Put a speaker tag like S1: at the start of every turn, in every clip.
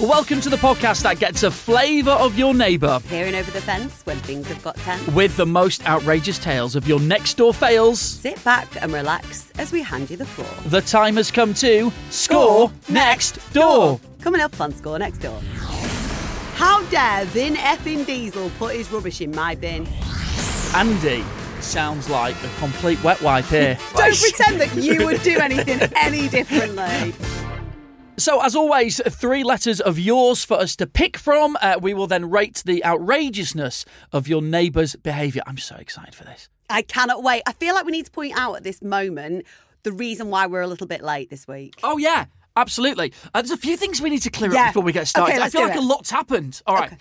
S1: Welcome to the podcast that gets a flavour of your neighbour
S2: Peering over the fence when things have got tense.
S1: with the most outrageous tales of your next door fails.
S2: Sit back and relax as we hand you the floor.
S1: The time has come to score next door.
S2: Coming up on Score Next Door. How dare Vin effing Diesel put his rubbish in my bin?
S1: Andy sounds like a complete wet wipe here.
S2: Don't pretend that you would do anything any differently.
S1: So, as always, three letters of yours for us to pick from. Uh, we will then rate the outrageousness of your neighbour's behaviour. I'm so excited for this.
S2: I cannot wait. I feel like we need to point out at this moment the reason why we're a little bit late this week.
S1: Oh, yeah, absolutely. Uh, there's a few things we need to clear
S2: Yeah.
S1: up before we get started.
S2: Okay,
S1: I
S2: let's
S1: feel
S2: do
S1: like a
S2: it.
S1: lot's happened. All right.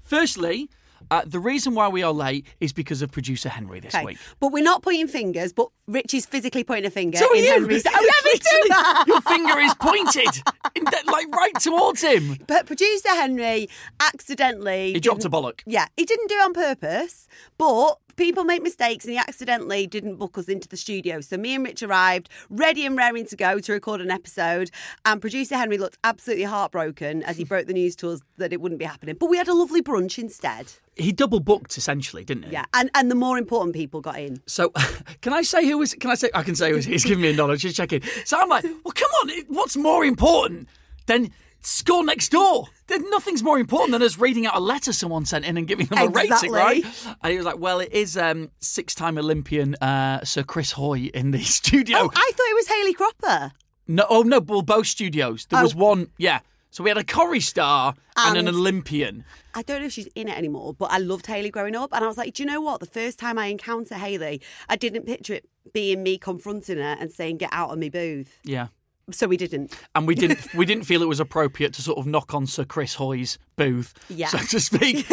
S1: Firstly, uh, the reason why we are late is because of producer Henry this
S2: Okay.
S1: week.
S2: But we're not pointing fingers, but Rich is physically pointing a finger
S1: So are
S2: in
S1: you.
S2: Henry's. Oh, yeah, me too.
S1: Literally, Your finger is pointed, in that- like right towards him.
S2: But producer Henry accidentally.
S1: He dropped a bollock.
S2: Yeah, he didn't do it on purpose, but people make mistakes and he accidentally didn't book us into the studio. So me and Rich arrived ready and raring to go to record an episode. And producer Henry looked absolutely heartbroken as he broke the news to us that it wouldn't be happening. But we had a lovely brunch instead.
S1: He double booked essentially, didn't he?
S2: Yeah, and, and the more important people got in.
S1: So, can I say who was? Can I say I can say who was? He's giving me a nod. Just checking. So I'm like, well, come on. it- What's more important than score next door? Then nothing's more important than us reading out a letter someone sent in and giving them
S2: Exactly.
S1: a rating, right? And he was like, well, it is um, six-time Olympian uh, Sir Chris Hoy in the studio.
S2: Oh, I thought it was Haley Cropper.
S1: No, oh no, well, both studios. There
S2: Oh.
S1: was one, yeah. So we had a Corrie star and, an Olympian.
S2: I don't know if she's in it anymore, but I loved Haley growing up. And I was like, do you know what? The first time I encounter Haley, I didn't picture it being me confronting her and saying, get out of me booth.
S1: Yeah.
S2: So we didn't.
S1: and we didn't we didn't feel it was appropriate to sort of knock on Sir Chris Hoy's booth,
S2: Yeah.
S1: so to speak.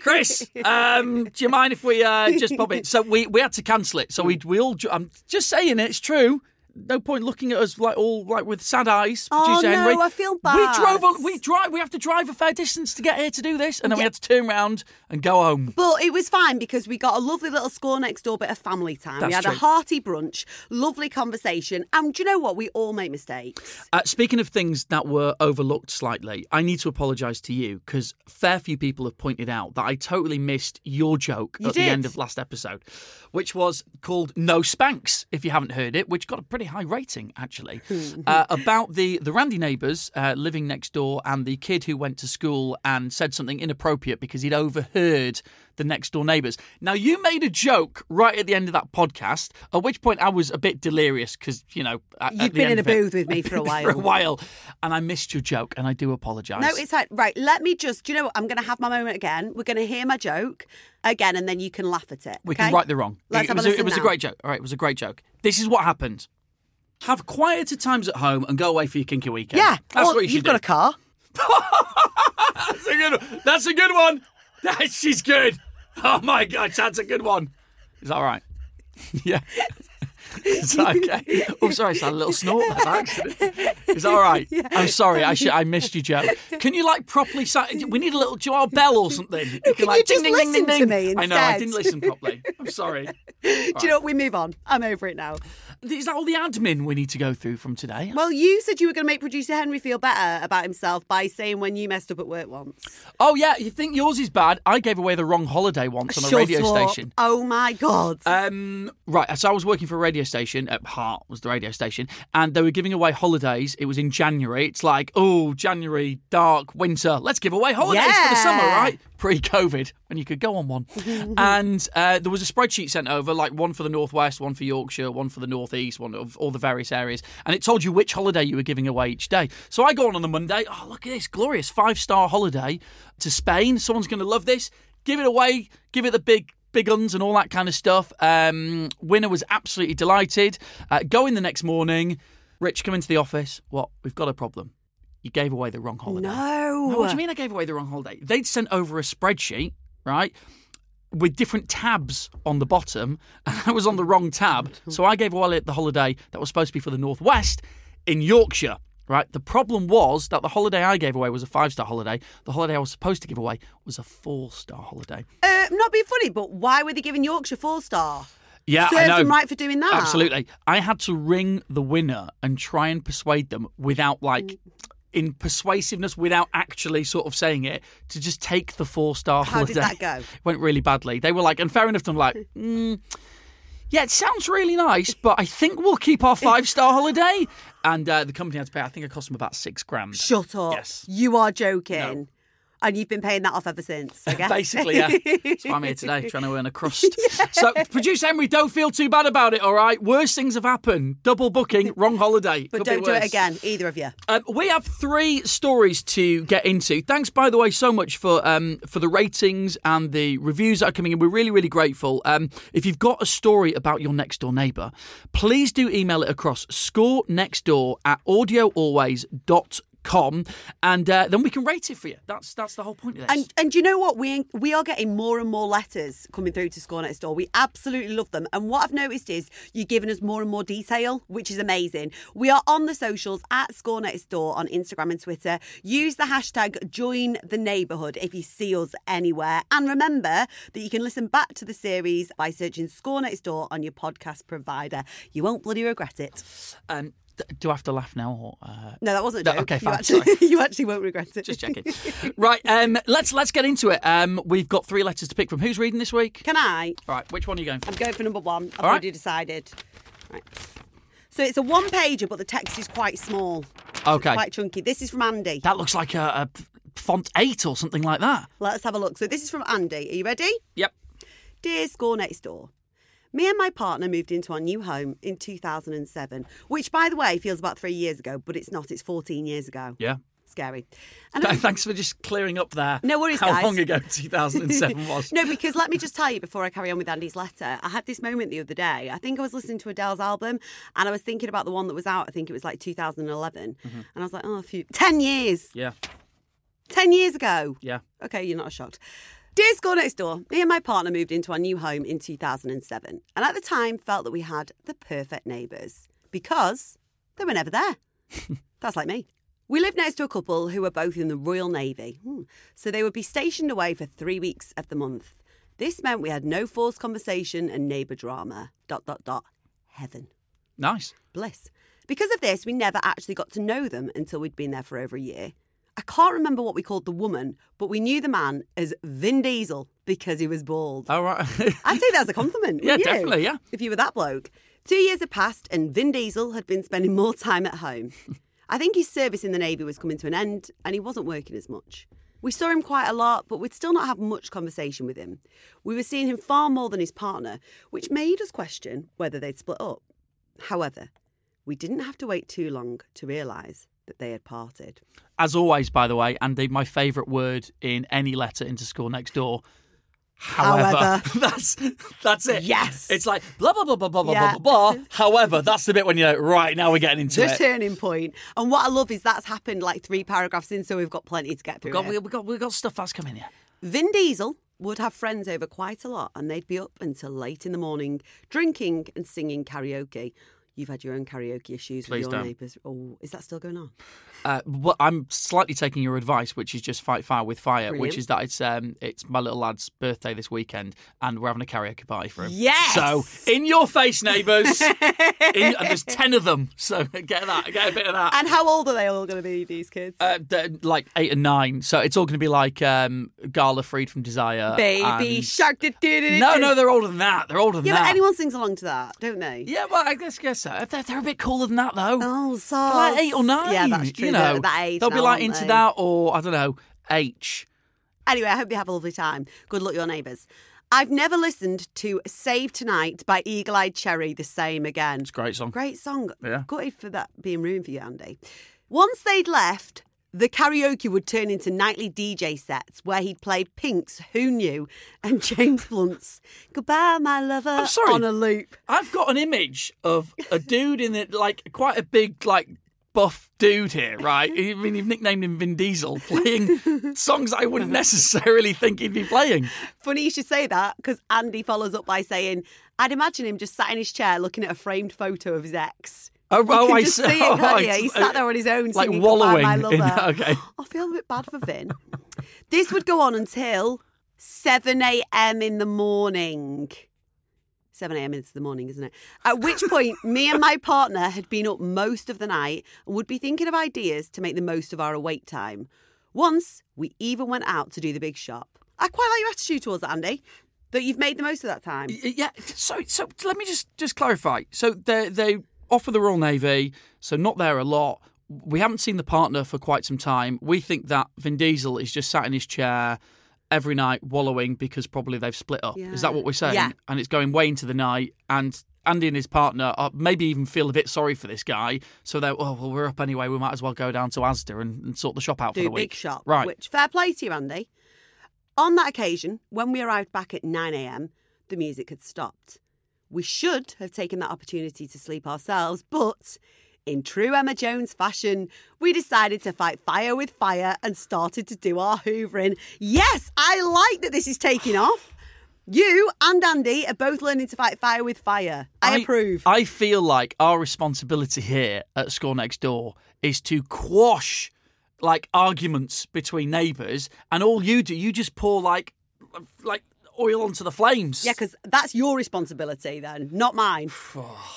S1: Chris, um, do you mind if we uh, just pop it? So we, we had to cancel it. So we we all. dr- I'm just saying it, it's true. No point looking at us like all like with sad eyes.
S2: Oh,
S1: producer
S2: no,
S1: Henry.
S2: I feel
S1: We
S2: bad.
S1: drove. On, we drive. We have to drive a fair distance to get here to do this, and then we had to turn round and go home.
S2: But it was fine because we got a lovely little score next door bit of family time.
S1: That's
S2: we had a
S1: true.
S2: hearty brunch, lovely conversation. And do you know what? We all make mistakes.
S1: Uh, speaking of things that were overlooked slightly, I need to apologise to you because fair few people have pointed out that I totally missed your joke at the
S2: did.
S1: end of last episode, which was called "No Spanks." If you haven't heard it, which got a pretty high rating actually,
S2: Hmm.
S1: uh, about the the Randy neighbours uh, living next door and the kid who went to school and said something inappropriate because he'd overheard the next door neighbours. Now you made a joke right at the end of that podcast, at which point I was a bit delirious because you know at- at
S2: You've
S1: the
S2: been
S1: end
S2: in a
S1: of it-
S2: booth with me for a while.
S1: for a while, and I missed your joke, and I do apologise.
S2: No, it's fine. Right, let me just, do you know what? I'm going to have my moment again. We're going to hear my joke again and then you can laugh at it.
S1: we
S2: okay?
S1: can right the wrong.
S2: Let's
S1: it
S2: have
S1: was,
S2: a
S1: a,
S2: listen
S1: it was a
S2: now.
S1: great joke. All right, it was a great joke. This is what happened. Have quieter times at home and go away for your kinky weekend.
S2: Yeah.
S1: that's
S2: Or
S1: what you should
S2: You've got a
S1: do.
S2: car.
S1: that's a good. One. That's a good one. That, she's good. Oh my god, that's a good one. Is that all right? yeah. Is that okay? Oh, sorry, it's a little snort there by accident. Is that all right? I'm sorry, I should, I missed your joke. Can you like properly? si- We need a little do our bell or something. You can, like
S2: just listen to me
S1: I know I
S2: instead?
S1: didn't listen properly. I'm sorry.
S2: Do you know what? We move on. I'm over it now.
S1: Is that all the admin we need to go through from today?
S2: Well, you said you were going to make producer Henry feel better about himself by saying when you messed up at work once.
S1: Oh yeah, you think yours is bad? I gave away the wrong holiday once on a radio
S2: Shut up.
S1: station.
S2: Oh my God.
S1: Um, right, so I was working for a radio station. At Heart was the radio station, and they were giving away holidays. It was in January. It's like, oh, January, dark winter. Let's give away holidays for the summer,
S2: Yeah.
S1: right? Pre-COVID, when you could go on one. and uh, there was a spreadsheet sent over, like one for the northwest, one for Yorkshire, one for the northeast, one of all the various areas, and it told you which holiday you were giving away each day. So I go on on the Monday. Oh, look at this glorious five-star holiday to Spain. Someone's going to love this. Give it away. Give it the big big uns and all that kind of stuff. Um, winner was absolutely delighted. Uh, go in the next morning. Rich, come into the office. What? We've got a problem. You gave away the wrong holiday.
S2: no.
S1: What do you mean I gave away the wrong holiday? They'd sent over a spreadsheet, right? With different tabs on the bottom, and I was on the wrong tab. So I gave away the holiday that was supposed to be for the Northwest in Yorkshire, right? The problem was that the holiday I gave away was a five star holiday. The holiday I was supposed to give away was a four star holiday.
S2: Uh, not being funny, but why were they giving Yorkshire four star?
S1: Yeah,
S2: Serves
S1: I know.
S2: them right for doing that.
S1: Absolutely. I had to ring the winner and try and persuade them without
S2: Mm.
S1: like in persuasiveness without actually sort of saying it to just take the four star
S2: How did
S1: holiday.
S2: that go?
S1: Went really badly. They were like, and fair enough, I'm like, mm, yeah, it sounds really nice, but I think we'll keep our five star holiday. And uh, the company had to pay, I think it cost them about six grand.
S2: Shut up.
S1: Yes.
S2: You are joking. And you've been paying that off ever since, I guess.
S1: Basically, yeah. That's why I'm here today, trying to earn a crust. So, producer Henry, don't feel too bad about it, all right? Worse things have happened. Double booking, wrong holiday.
S2: but
S1: Could be
S2: don't do it
S1: worse.
S2: again, either of you.
S1: Um, we have three stories to get into. Thanks, by the way, so much for um, for the ratings and the reviews that are coming in. We're really, really grateful. Um, if you've got a story about your next door neighbour, please do email it across score next door at audioalways.com and uh, then we can rate it for you. That's that's the whole point of this.
S2: And and do you know what? We we are getting more and more letters coming through to Score Next Door. We absolutely love them. And what I've noticed is you're giving us more and more detail, which is amazing. We are on the socials at Score Next Door on Instagram and Twitter. Use the hashtag join the neighbourhood if you see us anywhere. And remember that you can listen back to the series by searching Score Next Door on your podcast provider. You won't bloody regret it.
S1: um, d- do I have to laugh now or uh,
S2: No, that wasn't a
S1: No,
S2: joke.
S1: okay,
S2: you
S1: fine,
S2: actually, you actually won't regret it.
S1: just checking? right, um, let's let's get into it. Um, we've got three letters to pick from. Who's reading this week?
S2: Can I?
S1: All right, which one are you going for?
S2: I'm going for number one. I've
S1: right.
S2: already decided. Right. So it's a one pager, but the text is quite small,
S1: Okay.
S2: quite chunky. This is from Andy.
S1: That looks like a, a font eight or something like that.
S2: Let's have a look. So this is from Andy. Are you ready?
S1: Yep.
S2: Dear Score Next Door. Me and my partner moved into our new home in 2007, which, by the way, feels about three years ago, but it's not. It's 14 years ago.
S1: Yeah.
S2: Scary. And I-
S1: Thanks for just clearing up there.
S2: No worries,
S1: How
S2: guys.
S1: long ago 2007 was?
S2: No, because let me just tell you before I carry on with Andy's letter, I had this moment the other day. I think I was listening to Adele's album and I was thinking about the one that was out, I think it was like 2011. And I was like, oh, a few, 10 years,
S1: Yeah.
S2: 10 years ago.
S1: Yeah.
S2: Okay, you're not shocked. Dear Score Next Door, me and my partner moved into our new home in 2007 and at the time felt that we had the perfect neighbours because they were never there. That's like me. We lived next to a couple who were both in the Royal Navy, Hmm. so they would be stationed away for three weeks of the month. This meant we had no forced conversation and neighbour drama. Dot, dot, dot. Heaven.
S1: Nice.
S2: Bliss. Because of this, we never actually got to know them until we'd been there for over a year. I can't remember what we called the woman, but we knew the man as Vin Diesel because he was bald.
S1: All right.
S2: I'd say that was a compliment.
S1: Yeah,
S2: wouldn't you?
S1: definitely, yeah.
S2: If you were that bloke. Two years had passed and Vin Diesel had been spending more time at home. I think his service in the Navy was coming to an end and he wasn't working as much. We saw him quite a lot, but we'd still not have much conversation with him. We were seeing him far more than his partner, which made us question whether they'd split up. However, we didn't have to wait too long to realise that they had parted.
S1: As always, by the way, Andy, my favourite word in any letter into school next door. However,
S2: However.
S1: that's that's it.
S2: Yes.
S1: It's like blah blah blah blah blah blah
S2: Yeah.
S1: blah blah. blah. However, that's the bit when you're like, right now we're getting into
S2: The
S1: it.
S2: turning point. And what I love is that's happened like three paragraphs in, so we've got plenty to get through.
S1: We've got,
S2: here.
S1: we, we got, we got stuff that's coming here.
S2: Vin Diesel would have friends over quite a lot, and they'd be up until late in the morning drinking and singing karaoke. You've had your own karaoke issues
S1: Please
S2: with your
S1: don't.
S2: neighbours. Oh, is that still going on?
S1: Uh, well, I'm slightly taking your advice, which is just fight fire with fire, which
S2: Brilliant.
S1: is that it's um, it's my little lad's birthday this weekend, and we're having a karaoke party for him.
S2: Yes!
S1: So in your face, neighbours. in, and there's ten of them, so get that, get a bit of that.
S2: And how old are they all going to be, these kids?
S1: Uh, they're like eight and nine, so it's all going to be like um, Gala Freed from Desire.
S2: Baby
S1: and-
S2: shark. do, do, do, do,
S1: No,
S2: do.
S1: no, they're older than that. They're older than
S2: Yeah,
S1: that.
S2: but anyone sings along to that, don't they?
S1: Yeah, well, I guess guess so. They're, they're a bit cooler than that though.
S2: Oh, so
S1: like eight or nine.
S2: Yeah, that's true.
S1: You know,
S2: they're that age
S1: they'll be
S2: now,
S1: like
S2: aren't
S1: into
S2: they?
S1: that, or I don't know, H.
S2: Anyway, I hope you have a lovely time. Good luck, your neighbours. I've never listened to "Save Tonight" by Eagle Eyed Cherry the same again.
S1: It's a great song.
S2: Great song.
S1: Yeah.
S2: Gutted for that being ruined for you, Andy. Once they'd left, the karaoke would turn into nightly DJ sets where he'd play Pink's Who Knew and James Blunt's Goodbye, My Lover
S1: sorry.
S2: on a loop.
S1: I've got an image of a dude in it, like quite a big, like buff dude here, right? I mean, you've nicknamed him Vin Diesel, playing songs I wouldn't necessarily think he'd be playing.
S2: Funny you should say that because Andy follows up by saying, I'd imagine him just sat in his chair looking at a framed photo of his ex.
S1: Oh,
S2: You can
S1: I
S2: just
S1: see.
S2: see
S1: Oh,
S2: it, can't you?
S1: I-
S2: He sat there on his own,
S1: like
S2: singing Goodbye, My
S1: wallowing in-
S2: Lover.
S1: okay.
S2: I feel a bit bad for Vin. this would go on until 7 a.m. in the morning. 7 a.m. into the morning, isn't it? At which point, me and my partner had been up most of the night and would be thinking of ideas to make the most of our awake time. Once, we even went out to do the big shop. I quite like your attitude towards it, Andy, that you've made the most of that time.
S1: Y- Yeah. So so let me just just clarify. So they they offer the Royal Navy. So not there a lot. We haven't seen the partner for quite some time. We think that Vin Diesel is just sat in his chair every night wallowing because probably they've split up. Is that
S2: Yeah.
S1: what we're saying?
S2: Yeah.
S1: And it's going way into the night and. Andy and his partner are maybe even feel a bit sorry for this guy, so they're oh well we're up anyway. We might as well go down to Asda and, and sort the shop out
S2: do
S1: for the
S2: big
S1: week.
S2: shop.
S1: right?
S2: Which fair play to you, Andy. On that occasion, when we arrived back at 9 a.m., the music had stopped. We should have taken that opportunity to sleep ourselves, but in true Emma Jones fashion, we decided to fight fire with fire and started to do our hoovering. Yes, I like that this is taking off. You and Andy are both learning to fight fire with fire. I, approve.
S1: I feel like our responsibility here at Score Next Door is to quash like arguments between neighbours, and all you do, you just pour like like oil onto the flames.
S2: Yeah, because that's your responsibility then, not mine.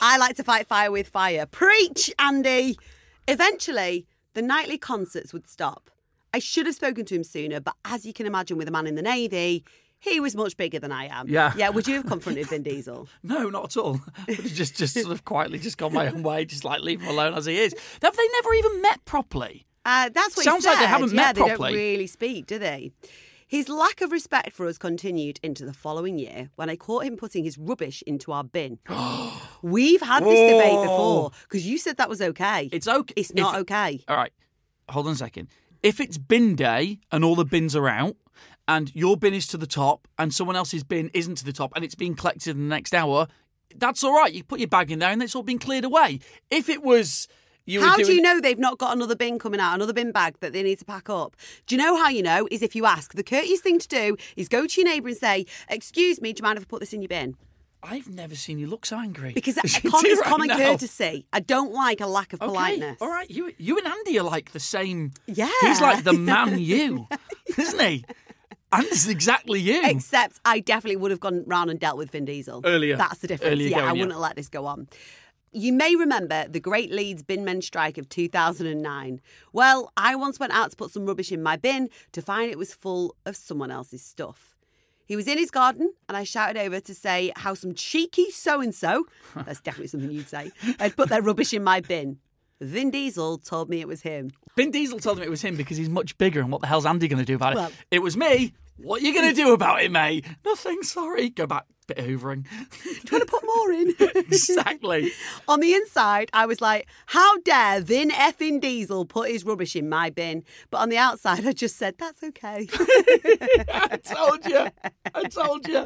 S2: I like to fight fire with fire. Preach, Andy! Eventually, the nightly concerts would stop. I should have spoken to him sooner, but as you can imagine, with a man in the Navy, he was much bigger than I am.
S1: Yeah.
S2: Yeah, would you have confronted Vin Diesel?
S1: no, not at all. I'd have just just sort of quietly just gone my own way, just like leave him alone as he is. Have they never even met properly?
S2: Uh, that's what
S1: Sounds
S2: he said.
S1: like they haven't
S2: yeah,
S1: met
S2: they
S1: properly.
S2: don't really speak, do they? His lack of respect for us continued into the following year when I caught him putting his rubbish into our bin. We've had this debate
S1: Whoa.
S2: before because you said that was okay.
S1: It's okay.
S2: It's not
S1: if-
S2: okay.
S1: All right, hold on a second. If it's bin day and all the bins are out, and your bin is to the top, and someone else's bin isn't to the top, and it's being collected in the next hour, that's all right. You put your bag in there, and it's all been cleared away. If it was, you
S2: How
S1: were doing,
S2: do you know they've not got another bin coming out, another bin bag that they need to pack up? Do you know how you know? Is if you ask. The courteous thing to do is go to your neighbour and say, Excuse me, do you mind if I put this in your bin?
S1: I've never seen you look so angry
S2: Because
S1: as you
S2: it's common,
S1: do
S2: it's
S1: right
S2: common
S1: now.
S2: courtesy. I don't like a lack of
S1: Okay,
S2: politeness.
S1: all right. You, you and Andy are like the same.
S2: Yeah.
S1: he's like the man you, isn't he? Andy's exactly you.
S2: Except I definitely would have gone round and dealt with Vin Diesel.
S1: Earlier.
S2: That's the difference.
S1: Earlier
S2: yeah,
S1: going, yeah.
S2: I wouldn't have let this go on. You may remember the Great Leeds Bin Men strike of 2009. Well, I once went out to put some rubbish in my bin to find it was full of someone else's stuff. He was in his garden, and I shouted over to say how some cheeky so and so, that's definitely something you'd say, had put their rubbish in my bin. Vin Diesel told me it was him.
S1: Vin Diesel told him it was him because he's much bigger, and what the hell's Andy going to do about it?
S2: Well-
S1: it was me. What are you going to do about it, mate? Nothing, sorry. Go back, bit of hoovering.
S2: Do you want to put more in?
S1: exactly.
S2: On the inside, I was like, how dare Vin effing Diesel put his rubbish in my bin? But on the outside, I just said, that's okay.
S1: I told you. I told you.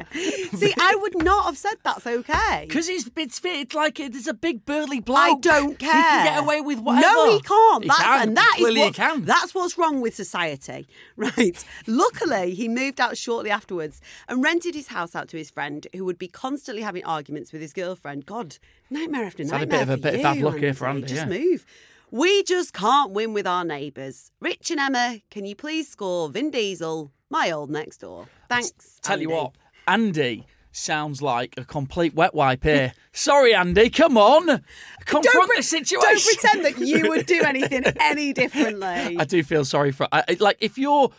S2: See, I would not have said that's okay.
S1: Because he's it's, it's like it's a big burly bloke.
S2: I don't care.
S1: Oh, He can get away with whatever.
S2: No, he can't.
S1: He
S2: That's,
S1: can.
S2: And that is
S1: Clearly he
S2: what-
S1: can.
S2: That's what's wrong with society, right? Luckily, he moved out shortly afterwards and rented his house out to his friend, who would be constantly having arguments with his girlfriend. God, nightmare after
S1: had a
S2: nightmare.
S1: bit of a
S2: for
S1: bit of
S2: you,
S1: bad luck here for Andy,
S2: Just
S1: yeah.
S2: move. We just can't win with our neighbours. Rich and Emma, can you please score Vin Diesel, my old next door? Thanks.
S1: Tell you
S2: Andy.
S1: what, Andy sounds like a complete wet wipe here. sorry, Andy. Come on. Confront
S2: pre-
S1: the situation.
S2: Don't pretend that you would do anything any differently.
S1: I do feel sorry for I, I- like if you're.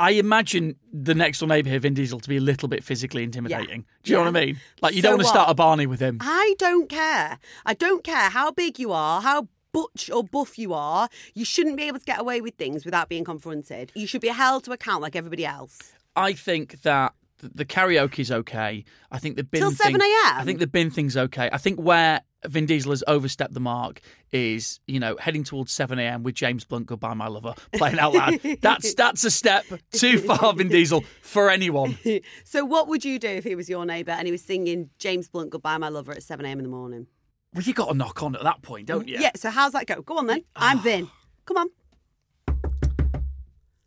S1: I imagine the next door neighbour here, Vin Diesel, to be a little bit physically intimidating. Do you know what I mean? Like you
S2: So
S1: don't want to
S2: what?
S1: start a Barney with him.
S2: I don't care. I don't care how big you are, how butch or buff you are. You shouldn't be able to get away with things without being confronted. You should be held to account like everybody else.
S1: I think that th- the karaoke's okay. I think the bin
S2: Till
S1: thing-
S2: 7 a.m.?
S1: I think the bin thing's okay. I think where Vin Diesel has overstepped the mark is, you know, heading towards 7 a.m. with James Blunt, Goodbye My Lover, playing out loud. that's that's a step too far, Vin Diesel, for anyone.
S2: So, what would you do if he was your neighbour and he was singing James Blunt Goodbye My Lover at 7 a.m. in the morning?
S1: Well, you got to knock on at that point, don't you?
S2: Yeah, so how's that go? Go on then. I'm
S1: Ah.
S2: Vin. Come on.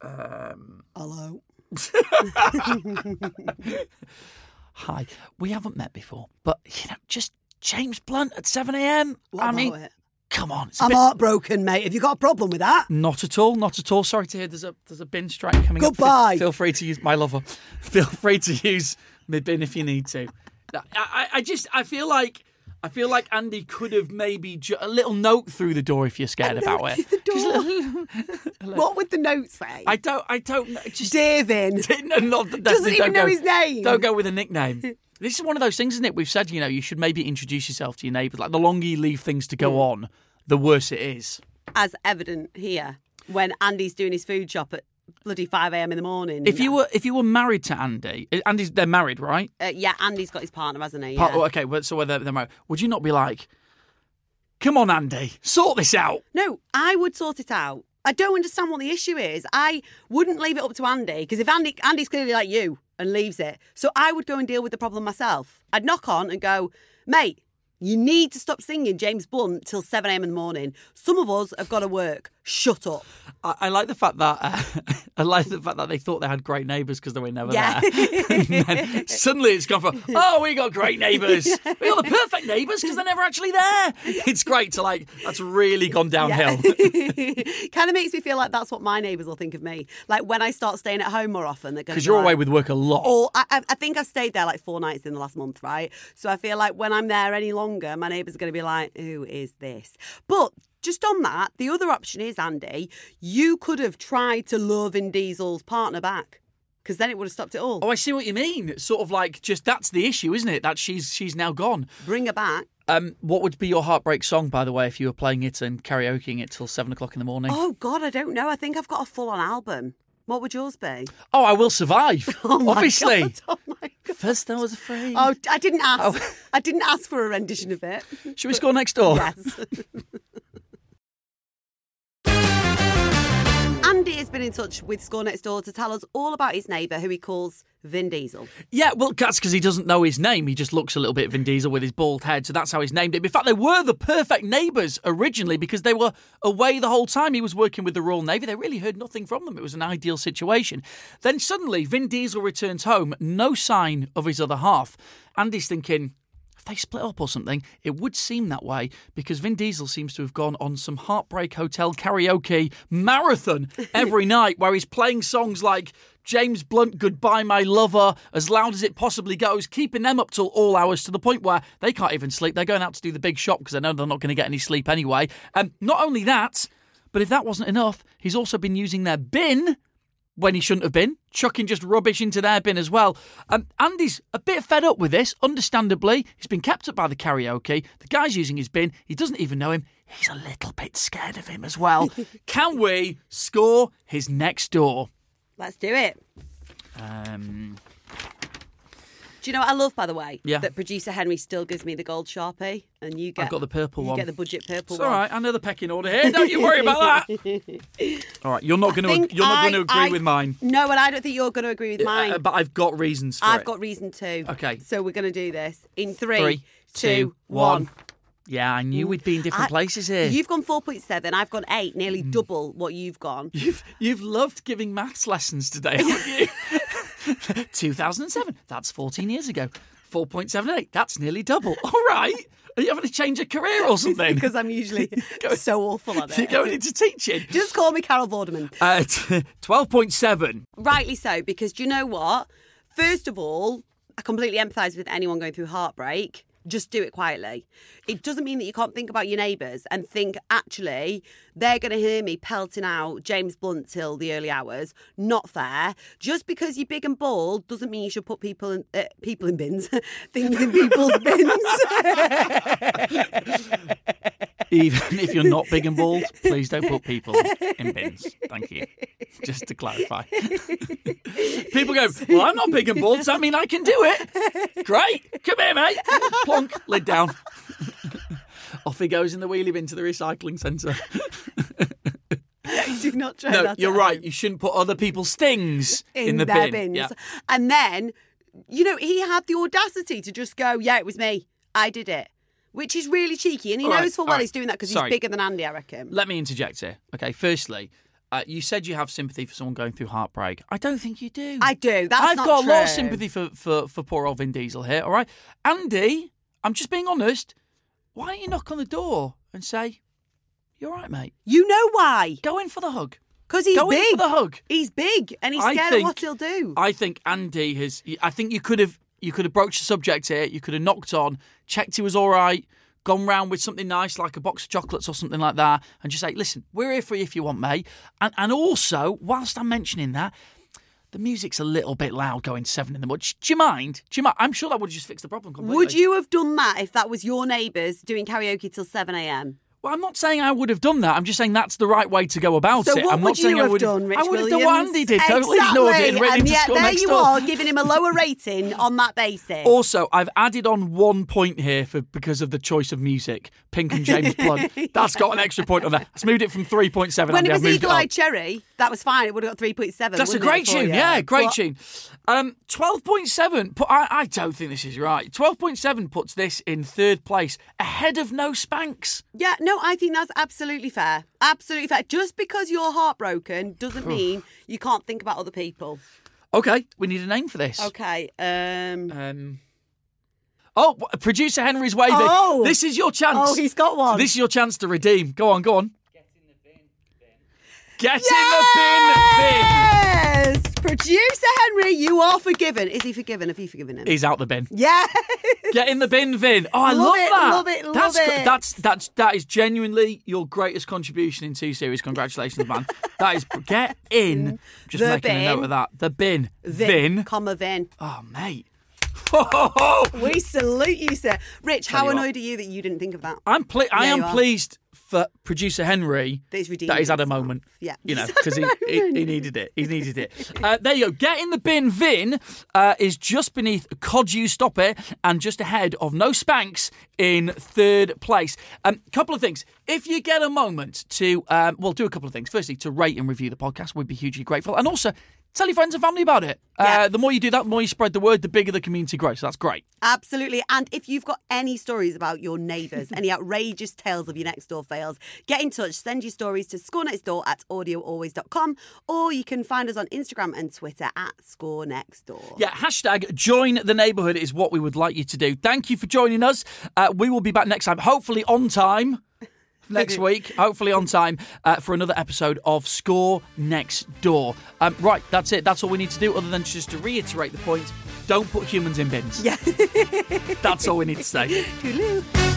S2: Um, Hello.
S1: Hi, we haven't met before, but you know, just James Blunt at 7 a.m. I mean, come on, it's a bit-
S2: heartbroken, mate. Have you got a problem with that?
S1: Not at all, not at all. Sorry to hear there's a there's a bin strike coming up.
S2: Goodbye.
S1: Feel, feel free to use my lover. Feel free to use my bin if you need to. That I, I I just I feel like I feel like Andy could have maybe ju- a little note through the door if you're scared about
S2: note
S1: it.
S2: through the
S1: Just a
S2: door.
S1: little-
S2: What would the note say?
S1: I don't. I don't. know. Just
S2: Davin.
S1: no, not, that-
S2: Doesn't
S1: don't
S2: even know
S1: go-
S2: his name.
S1: Don't go with a nickname. This is one of those things, isn't it? We've said, you know, you should maybe introduce yourself to your neighbours. Like the longer you leave things to go on, the worse it is.
S2: As evident here when Andy's doing his food shop at bloody 5 a.m. in the morning.
S1: If you were if you were married to Andy, Andy's they're married, right?
S2: Uh, yeah, Andy's got his partner, hasn't he?
S1: Part-
S2: Yeah.
S1: okay, well, so whether they're married, would you not be like, "Come on, Andy, sort this out"?
S2: No, I would sort it out. I don't understand what the issue is. I wouldn't leave it up to Andy because if Andy Andy's clearly like you and leaves it, so I would go and deal with the problem myself. I'd knock on and go, mate. You need to stop singing James Blunt till 7 a.m. in the morning. Some of us have got to work. Shut up.
S1: I, I like the fact that uh, I like the fact that they thought they had great neighbours because they were never
S2: Yeah.
S1: there. and then suddenly it's gone from oh we got great neighbours, we got the perfect neighbours because they're never actually there. It's great to like that's really gone downhill.
S2: kind of makes me feel like that's what my neighbours will think of me. Like when I start staying at home more often, they're going to
S1: Because you're
S2: like,
S1: away with work a lot. Oh,
S2: all I, I- I think I've stayed there like four nights in the last month, right? So I feel like when I'm there any longer, my neighbours are going to be like, "Who is this?" But just on that, the other option is Andy. You could have tried to love in Diesel's partner back, because then it would have stopped it all.
S1: Oh, I see what you mean. It's Sort of like just that's the issue, isn't it? That she's she's now gone.
S2: Bring her back.
S1: Um, what would be your heartbreak song, by the way, if you were playing it and karaokeing it till seven o'clock in the morning? Oh,
S2: Oh God, I don't know. I think I've got a full-on album. What would yours be?
S1: I will survive.
S2: Oh my
S1: obviously.
S2: God, oh my God.
S1: First, I was afraid.
S2: Oh, I didn't ask. I didn't ask for a rendition of it.
S1: Should we score next door?
S2: Yes. Andy has been in touch with Score Next Door to tell us all about his neighbour who he calls Vin Diesel.
S1: Yeah, well, that's because he doesn't know his name. He just looks a little bit Vin Diesel with his bald head, so that's how he's named it. In fact, they were the perfect neighbours originally because they were away the whole time. He was working with the Royal Navy. They really heard nothing from them. It was an ideal situation. Then suddenly, Vin Diesel returns home, no sign of his other half. Andy's thinking, have they split up or something? It would seem that way because Vin Diesel seems to have gone on some Heartbreak Hotel karaoke marathon every night where he's playing songs like James Blunt, Goodbye My Lover, as loud as it possibly goes, keeping them up till all hours to the point where they can't even sleep. They're going out to do the big shop because they know they're not going to get any sleep anyway. And not only that, but if that wasn't enough, he's also been using their bin when he shouldn't have been, chucking just rubbish into their bin as well. Um, Andy's a bit fed up with this, understandably. He's been kept up by the karaoke. The guy's using his bin. He doesn't even know him. He's a little bit scared of him as well. Can we score his next door?
S2: Let's do it.
S1: Um,
S2: Do you know what I love, by the way?
S1: Yeah.
S2: That producer Henry still gives me the gold sharpie, and you get
S1: got the purple
S2: you
S1: one.
S2: get the budget purple
S1: it's all
S2: one.
S1: right. I know the pecking order here. Don't you worry about that. All right, you're not going
S2: I think
S1: to you're not going to
S2: I-
S1: agree
S2: I-
S1: with mine,
S2: No, and I don't think you're going to agree with mine.
S1: Uh, but I've got reasons for it.
S2: I've got reason to.
S1: Okay.
S2: So we're going to do this in three, two, one.
S1: Three, two, one. Yeah, I knew we'd be in different
S2: I-
S1: places here. Mm.
S2: You've gone 4.7, I've gone 8, nearly double what you've gone.
S1: You've you've loved giving maths lessons today, haven't you? 2007. That's 14 years ago. 4.78. That's nearly double. All right. Are you having to change a career or something?
S2: because I'm usually
S1: Go-
S2: so awful at
S1: You're
S2: it.
S1: going into teaching.
S2: Just call me Carol Vorderman.
S1: Uh, t- 12.7.
S2: Rightly so, because do you know what? First of all, I completely empathise with anyone going through heartbreak. Just do it quietly. It doesn't mean that you can't think about your neighbours and think, actually, they're going to hear me pelting out James Blunt till the early hours. Not fair. Just because you're big and bald doesn't mean you should put people in uh, people in bins, things in people's bins.
S1: Even if you're not big and bald, please don't put people in bins. Thank you. Just to clarify. people go, Well, I'm not big and bald. Does that mean I can do it? Great. Come here, mate. Plonk, lid down. Off he goes in the wheelie bin to the recycling centre.
S2: do not try
S1: No,
S2: that.
S1: you're
S2: at
S1: right. You shouldn't put other people's things in,
S2: in,
S1: the
S2: their
S1: bin.
S2: bins.
S1: Yeah.
S2: And then, you know, he had the audacity to just go, yeah, it was me. I did it. Which is really cheeky. And he
S1: All right,
S2: knows full
S1: all
S2: well
S1: right.
S2: he's doing that because he's
S1: Sorry.
S2: bigger than Andy, I reckon.
S1: Let me interject here. Okay, firstly, uh, you said you have sympathy for someone going through heartbreak. I don't think you do.
S2: I do. That's
S1: I've
S2: not
S1: got a lot of
S2: true.
S1: sympathy for, for, for poor old Vin Diesel here, all right? Andy, I'm just being honest. Why don't you knock on the door and say, You're right, mate.
S2: You know why?
S1: Go in for the hug.
S2: Because he's
S1: Go in for
S2: big.
S1: the hug.
S2: He's big and he's
S1: I
S2: scared
S1: think-
S2: of what he'll do.
S1: I think Andy has. I think you could have. You could have broached the subject here. You could have knocked on, checked he was all right, gone round with something nice like a box of chocolates or something like that, and just say, listen, we're here for you if you want, mate. And, and also, whilst I'm mentioning that, the music's a little bit loud going seven in the morning. Do you mind? Do you mind? I'm sure that would have just fixed the problem completely.
S2: Would you have done that if that was your neighbours doing karaoke till 7 a.m.?
S1: Well, I'm not saying I would have done that. I'm just saying that's the right way to go about
S2: So
S1: it.
S2: what
S1: I'm not
S2: would
S1: saying
S2: you
S1: I
S2: have
S1: would
S2: done, Rich
S1: I would have done
S2: Williams?
S1: what Andy did. Totally
S2: exactly.
S1: ignored it and written
S2: and
S1: into
S2: yet
S1: school
S2: there
S1: next
S2: you
S1: door.
S2: are, giving him a lower rating on that basis.
S1: Also, I've added on one point here for because of the choice of music. Pink and James Blunt. That's got an extra point on there. It's moved it from three point seven.
S2: when
S1: Andy,
S2: it
S1: I've
S2: was
S1: moved
S2: Eagle Eye
S1: up.
S2: Cherry, that was fine. It would have got 3.7.
S1: oh. That's a
S2: wouldn't
S1: great
S2: it, for
S1: tune.
S2: you?
S1: Yeah, great
S2: But-
S1: tune. Um, twelve point seven. Put, I, I don't think this is right. Twelve point seven puts this in third place, ahead of No Spanks.
S2: Yeah, no, I think that's absolutely fair. Absolutely fair. Just because you're heartbroken doesn't mean you can't think about other people.
S1: Okay, we need a name for this.
S2: Okay. Um,
S1: Um, oh, producer Henry's waving.
S2: Oh.
S1: This is your chance.
S2: oh, he's got one.
S1: This is your chance to redeem. Go on, go on. Get in the bin, bin. Get in the bin, bin.
S2: yes! Producer Henry, you are forgiven. Is he forgiven? Have you forgiven him?
S1: He's out the bin.
S2: yeah.
S1: Get in the bin, Vin. Oh, I
S2: Love
S1: love,
S2: it,
S1: that.
S2: love it, love
S1: that's,
S2: it.
S1: cr- That's that's that is genuinely your greatest contribution in two series. Congratulations, man. that is get in. Just
S2: The
S1: making a note
S2: bin.
S1: of that. The bin,
S2: Vin.
S1: Vin.
S2: Comma Vin.
S1: Oh, mate. Ho, ho, ho.
S2: We salute you, sir. Rich, how
S1: you what.
S2: annoyed are you that you didn't think of that?
S1: I'm ple- I
S2: Yeah,
S1: am
S2: you are.
S1: pleased for producer Henry
S2: That he's redeemed
S1: had a
S2: himself.
S1: moment.
S2: Yeah.
S1: you know,
S2: He's had
S1: because
S2: a
S1: he, he
S2: moment.
S1: he needed it. He needed it. Uh, there you go. Get in the bin. Vin uh, is just beneath. Cod you stop it, and just ahead of No Spanks in third place. A um, couple of things. If you get a moment to, um, well, do a couple of things. Firstly, to rate and review the podcast, we'd be hugely grateful, and also. Tell your friends and family about it. Uh,
S2: Yeah.
S1: the more you do that, the more you spread the word, the bigger the community grows. So that's great.
S2: Absolutely. And if you've got any stories about your neighbours, any outrageous tales of your next door fails, get in touch. Send your stories to scorenextdoor at audioalways.com or you can find us on Instagram and Twitter at scorenextdoor.
S1: Yeah, hashtag join the neighbourhood is what we would like you to do. Thank you for joining us. Uh, we will be back next time, hopefully on time. Next week, hopefully on time, uh, for another episode of Score Next Door. Um, right, that's it. That's all we need to do, other than just to reiterate the point don't put humans in bins.
S2: Yeah.
S1: That's all we need to say.
S2: Toodaloo.